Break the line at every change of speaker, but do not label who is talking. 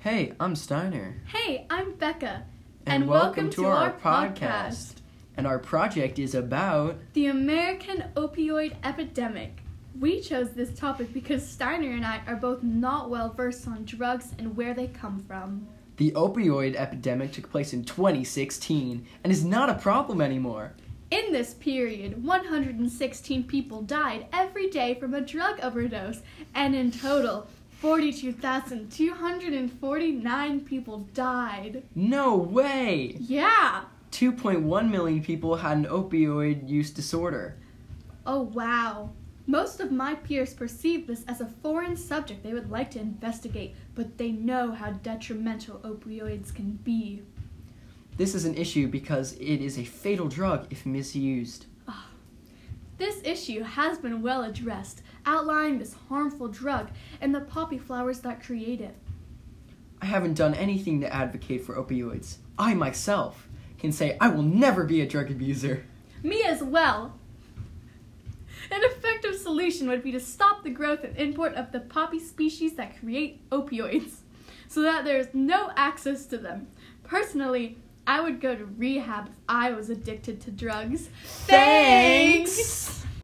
Hey, I'm Steiner.
Hey, I'm Becca.
And our project is about
The American opioid epidemic. We chose this topic because Steiner and I are both not well versed on drugs and where they come from.
the opioid epidemic took place in 2016 and is not a problem anymore.
In this period, 116 people died every day from a drug overdose, and in total, 42,249 people died.
No way!
Yeah!
2.1 million people had an opioid use disorder.
Oh wow. Most of my peers perceive this as a foreign subject they would like to investigate, but they know how detrimental opioids can be.
This is an issue because it is a fatal drug if misused.
This issue has been well addressed, outlining this harmful drug and the poppy flowers that create it.
I haven't done anything to advocate for opioids. I myself can say I will never be a drug abuser.
Me as well. An effective solution would be to stop the growth and import of the poppy species that create opioids so that there is no access to them. Personally, I would go to rehab if I was addicted to drugs.
Thanks!